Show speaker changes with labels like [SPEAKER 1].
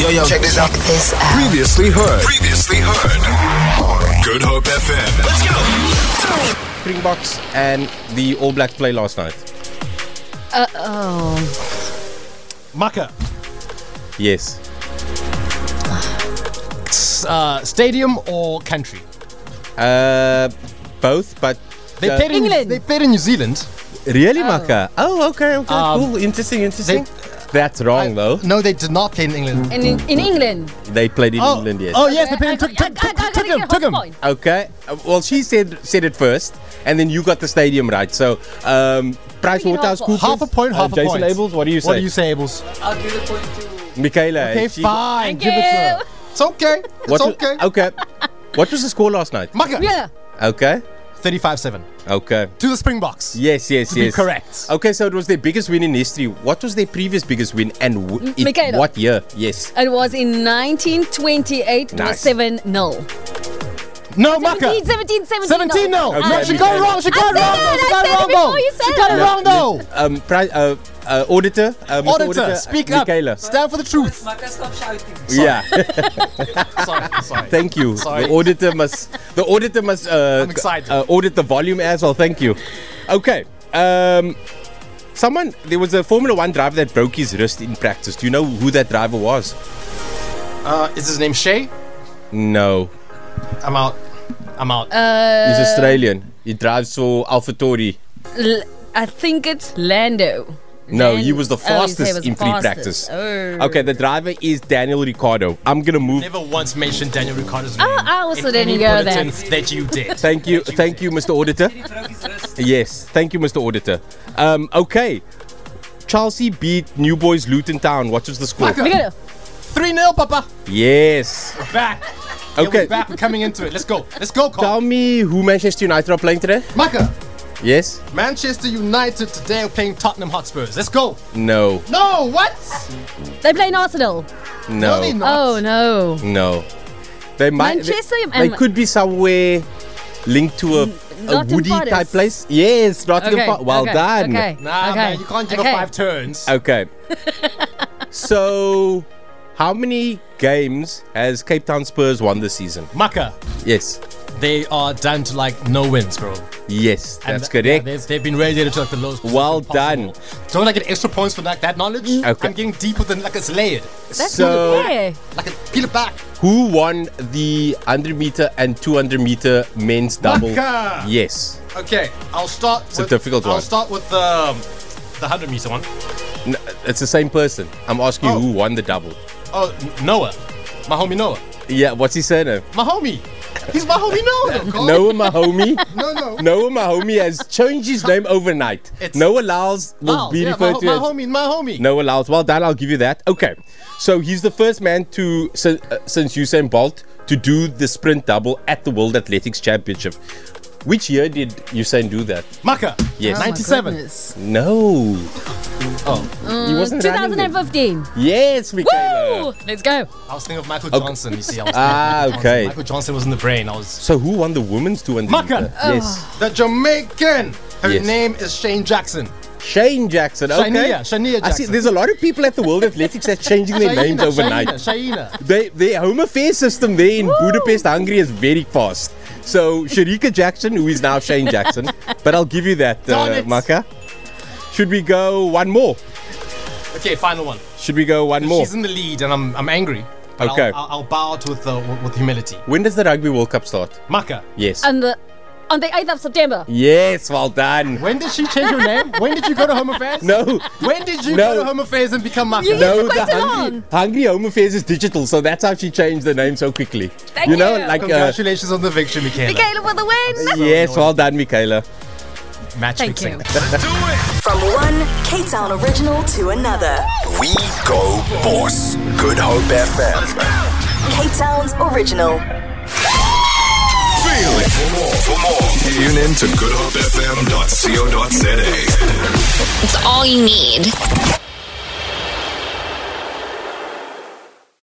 [SPEAKER 1] Yo, yo, check this out.
[SPEAKER 2] This out.
[SPEAKER 3] Previously heard.
[SPEAKER 1] Previously heard. Good Hope FM. Let's go.
[SPEAKER 4] Springboks and the All Blacks play last night.
[SPEAKER 2] Uh oh.
[SPEAKER 5] Maka.
[SPEAKER 4] Yes.
[SPEAKER 5] S- Uh, stadium or country?
[SPEAKER 4] Uh, both, but
[SPEAKER 5] They
[SPEAKER 4] uh,
[SPEAKER 5] played in
[SPEAKER 2] England.
[SPEAKER 5] They played in New Zealand.
[SPEAKER 4] really,
[SPEAKER 2] Oh.
[SPEAKER 4] Maka. Oh, okay, okay,
[SPEAKER 5] Um,
[SPEAKER 4] cool, interesting, interesting. That's wrong,
[SPEAKER 5] I-
[SPEAKER 4] though.
[SPEAKER 5] Uh, No, they did not play in England.
[SPEAKER 2] And in, in England.
[SPEAKER 4] They played in
[SPEAKER 5] Oh,
[SPEAKER 4] England, yes.
[SPEAKER 5] oh yes, they
[SPEAKER 2] I-
[SPEAKER 5] played. in
[SPEAKER 2] I-
[SPEAKER 5] took,
[SPEAKER 2] I- I-
[SPEAKER 5] took,
[SPEAKER 2] I
[SPEAKER 5] took,
[SPEAKER 2] gotta
[SPEAKER 5] took
[SPEAKER 2] get a
[SPEAKER 5] him. Took
[SPEAKER 2] hot
[SPEAKER 5] him.
[SPEAKER 2] point.
[SPEAKER 4] Okay. Uh, Well, she said said it first, and then you got the stadium right. So, um, Price
[SPEAKER 2] Bring it
[SPEAKER 4] Waterhouse Coopers.
[SPEAKER 5] Half a point. Half a
[SPEAKER 4] Uh, Jason
[SPEAKER 5] point.
[SPEAKER 4] Abels, what do you say?
[SPEAKER 5] What do you say, Abels?
[SPEAKER 4] Michaela.
[SPEAKER 5] Okay,
[SPEAKER 4] she-
[SPEAKER 5] fine.
[SPEAKER 2] Thank
[SPEAKER 5] Give it to her.
[SPEAKER 2] you.
[SPEAKER 5] It's okay. It's
[SPEAKER 4] What was-
[SPEAKER 5] okay.
[SPEAKER 4] okay. what was the score last night?
[SPEAKER 5] Maka.
[SPEAKER 2] Yeah.
[SPEAKER 4] Okay.
[SPEAKER 5] 35-7
[SPEAKER 4] Okay.
[SPEAKER 5] to the Springboks.
[SPEAKER 4] Yes, yes,
[SPEAKER 5] To be
[SPEAKER 4] yes.
[SPEAKER 5] correct.
[SPEAKER 4] Okay, so it was their biggest win in history. What was their previous biggest win and w- in
[SPEAKER 2] Michaela.
[SPEAKER 4] what year? Yes.
[SPEAKER 2] It was in 1928. It was
[SPEAKER 4] Nice.
[SPEAKER 2] 7 0.
[SPEAKER 5] No, Maka.
[SPEAKER 2] 17, 17,
[SPEAKER 5] 17 no.
[SPEAKER 4] Okay,
[SPEAKER 5] no
[SPEAKER 2] I said
[SPEAKER 5] she got it
[SPEAKER 2] it.
[SPEAKER 5] wrong. She
[SPEAKER 2] I
[SPEAKER 5] got it
[SPEAKER 2] said
[SPEAKER 5] wrong.
[SPEAKER 2] it.
[SPEAKER 5] She
[SPEAKER 2] I said
[SPEAKER 5] got it
[SPEAKER 2] it
[SPEAKER 5] wrong
[SPEAKER 2] before
[SPEAKER 5] though.
[SPEAKER 2] you
[SPEAKER 5] She
[SPEAKER 2] said
[SPEAKER 5] got
[SPEAKER 2] it.
[SPEAKER 5] it wrong though.
[SPEAKER 4] Um, pri- uh, uh, auditor, uh, Mr.
[SPEAKER 5] Auditor, speak
[SPEAKER 4] uh,
[SPEAKER 5] up.
[SPEAKER 4] Michaela.
[SPEAKER 5] Stand for the truth.
[SPEAKER 6] Maka, stop shouting.
[SPEAKER 4] Yeah,
[SPEAKER 5] Sorry, sorry.
[SPEAKER 4] thank you.
[SPEAKER 5] Sorry.
[SPEAKER 4] The auditor must. The auditor must. Uh,
[SPEAKER 5] I'm excited.
[SPEAKER 4] Uh, audit the volume as well. Thank you. Okay. Um, someone. There was a Formula One driver that broke his wrist in practice. Do you know who that driver was?
[SPEAKER 5] Uh, is his name Shay?
[SPEAKER 4] No,
[SPEAKER 5] I'm out. I'm out.
[SPEAKER 4] he's
[SPEAKER 5] Uh,
[SPEAKER 4] Australian. He drives for AlphaTauri.
[SPEAKER 2] L- I think it's Lando.
[SPEAKER 4] No,
[SPEAKER 2] Lan-
[SPEAKER 4] he was the
[SPEAKER 2] Oh, you said
[SPEAKER 4] fastest
[SPEAKER 2] it was
[SPEAKER 4] in
[SPEAKER 2] the
[SPEAKER 4] free
[SPEAKER 2] fastest.
[SPEAKER 4] practice.
[SPEAKER 2] Oh.
[SPEAKER 4] Okay, the driver is Daniel Ricciardo. I'm gonna move.
[SPEAKER 5] Never once mentioned Daniel Ricardo's name.
[SPEAKER 2] Ah, I also
[SPEAKER 5] in
[SPEAKER 2] didn't
[SPEAKER 5] any
[SPEAKER 2] hear that.
[SPEAKER 5] bulletin That you did.
[SPEAKER 4] Thank you, thank you, Mr. Auditor.
[SPEAKER 6] He broke his wrist.
[SPEAKER 4] Yes, thank you, Mr. Auditor. Um, okay, Chelsea beat New Boys Luton Town. What was the score?
[SPEAKER 2] We got it.
[SPEAKER 5] 3 0, Papa.
[SPEAKER 4] Yes.
[SPEAKER 5] Back.
[SPEAKER 4] Okay.
[SPEAKER 5] We're back. We're coming into it. Let's go. Let's go, Carl.
[SPEAKER 4] Tell me who Manchester United are playing today.
[SPEAKER 5] Maka.
[SPEAKER 4] Yes.
[SPEAKER 5] Manchester United today are playing Tottenham Hotspurs. Let's go.
[SPEAKER 4] No.
[SPEAKER 5] No, what?
[SPEAKER 2] They playing Arsenal.
[SPEAKER 4] No.
[SPEAKER 5] they're
[SPEAKER 4] No.
[SPEAKER 5] not.
[SPEAKER 2] Oh no.
[SPEAKER 4] They might.
[SPEAKER 2] Manchester
[SPEAKER 4] They,
[SPEAKER 2] and-
[SPEAKER 4] they could be somewhere linked to a, a
[SPEAKER 2] Nottingham
[SPEAKER 4] woody
[SPEAKER 2] Forest.
[SPEAKER 4] type place. Yes, Nottingham
[SPEAKER 2] Okay,
[SPEAKER 4] Forest. Well
[SPEAKER 2] okay,
[SPEAKER 4] done.
[SPEAKER 2] Okay.
[SPEAKER 5] Nah,
[SPEAKER 2] okay,
[SPEAKER 5] man, you can't give
[SPEAKER 2] okay.
[SPEAKER 5] her five turns.
[SPEAKER 4] Okay. so, how many games has Cape Town Spurs won this season?
[SPEAKER 5] Maka,
[SPEAKER 4] Yes.
[SPEAKER 5] they are down to like no wins, bro.
[SPEAKER 4] Yes,
[SPEAKER 5] And
[SPEAKER 4] that's
[SPEAKER 5] th- yeah,
[SPEAKER 4] correct.
[SPEAKER 5] they've, they've been relegated to like the lowest. position
[SPEAKER 4] Well
[SPEAKER 5] possible.
[SPEAKER 4] done.
[SPEAKER 5] Don't I get extra points for like that knowledge?
[SPEAKER 4] Okay.
[SPEAKER 5] I'm getting deeper than like it's layered.
[SPEAKER 2] That's
[SPEAKER 4] so,
[SPEAKER 2] not fair.
[SPEAKER 5] Like a peel it back.
[SPEAKER 4] who won the 100 meter and 200 meter men's double?
[SPEAKER 5] Maka!
[SPEAKER 4] Yes.
[SPEAKER 5] Okay, I'll start. It's
[SPEAKER 4] a difficult
[SPEAKER 5] I'll
[SPEAKER 4] one.
[SPEAKER 5] start with the um, the hundred meter one.
[SPEAKER 4] N- it's the same person. I'm asking you
[SPEAKER 5] Oh.
[SPEAKER 4] who won the double.
[SPEAKER 5] Oh, N- Noah, my homie Noah,
[SPEAKER 4] Yeah, what's his surname?
[SPEAKER 5] my homie. He's my homie Noah. Carl.
[SPEAKER 4] Noah Mahomey.
[SPEAKER 5] no, no.
[SPEAKER 4] Noah Mahomey has changed his name overnight.
[SPEAKER 5] It's-
[SPEAKER 4] Noah Lyles will
[SPEAKER 5] Miles,
[SPEAKER 4] be
[SPEAKER 5] yeah, my,
[SPEAKER 4] referred
[SPEAKER 5] ho-
[SPEAKER 4] to
[SPEAKER 5] my
[SPEAKER 4] as
[SPEAKER 5] homie, my homie.
[SPEAKER 4] No allows. Well done. I'll give you that. Okay. So he's the first man to si- uh, since Usain Bolt to do the sprint double at the World Athletics Championship. Which year did Usain do that?
[SPEAKER 5] Maka.
[SPEAKER 4] Yes. Oh my
[SPEAKER 5] Ninety-seven.
[SPEAKER 2] goodness.
[SPEAKER 4] No. Oh. he wasn't running then.
[SPEAKER 2] 2015.
[SPEAKER 4] Yes, Michaela.
[SPEAKER 2] Woo! Let's go.
[SPEAKER 5] I was thinking of Michael Johnson. You see, I was thinking
[SPEAKER 4] Ah,
[SPEAKER 5] of Michael
[SPEAKER 4] okay.
[SPEAKER 5] Johnson. Michael Johnson was in the brain. I was
[SPEAKER 4] So who won the women's 200
[SPEAKER 5] Maka.
[SPEAKER 4] meter? Yes.
[SPEAKER 5] the Jamaican. Her
[SPEAKER 4] Yes.
[SPEAKER 5] name is Shane Jackson.
[SPEAKER 4] Shane Jackson. Okay.
[SPEAKER 5] Shania, Shania
[SPEAKER 4] I see
[SPEAKER 5] Jackson.
[SPEAKER 4] there's a lot of people at the World Athletics that's changing their names
[SPEAKER 5] Shaina,
[SPEAKER 4] overnight.
[SPEAKER 5] Shaina, Shaina.
[SPEAKER 4] They, their home affairs system there in Budapest, Hungary is very fast. So Sharika Jackson, who is now Shane Jackson, but I'll give you that,
[SPEAKER 5] Darn
[SPEAKER 4] uh,
[SPEAKER 5] it.
[SPEAKER 4] Maka. Should we go one more?
[SPEAKER 5] Okay, final one.
[SPEAKER 4] Should we go one more?
[SPEAKER 5] She's in the lead, and I'm I'm angry. But
[SPEAKER 4] Okay.
[SPEAKER 5] I'll, I'll, I'll bow out with uh, with humility.
[SPEAKER 4] When does the Rugby World Cup start?
[SPEAKER 5] Maka.
[SPEAKER 4] Yes.
[SPEAKER 2] On the on the 8th of September.
[SPEAKER 4] yes, well done.
[SPEAKER 5] When did she change her name? When did you go to Home Affairs?
[SPEAKER 4] No.
[SPEAKER 5] When did you
[SPEAKER 4] No.
[SPEAKER 5] go to Home Affairs and become Maka?
[SPEAKER 2] You-
[SPEAKER 4] No,
[SPEAKER 2] It's
[SPEAKER 4] the
[SPEAKER 2] quite too
[SPEAKER 4] Hungry,
[SPEAKER 2] long.
[SPEAKER 4] Hungry Home Affairs is digital, so that's how she changed the name so quickly.
[SPEAKER 2] Thank
[SPEAKER 4] you know,
[SPEAKER 2] you.
[SPEAKER 4] like uh,
[SPEAKER 5] Congratulations on the victory, Michaela.
[SPEAKER 2] Michaela for the win.
[SPEAKER 4] yes, well done, Michaela.
[SPEAKER 5] Match
[SPEAKER 2] Thank
[SPEAKER 5] fixing.
[SPEAKER 2] you.
[SPEAKER 1] Let's do it.
[SPEAKER 7] From one Cape Town original to another.
[SPEAKER 1] We go boss. Good Hope FM.
[SPEAKER 7] Cape Town's original.
[SPEAKER 1] Feel it. For more, for more, tune in to goodhopefm.co.za.
[SPEAKER 8] It's all you need.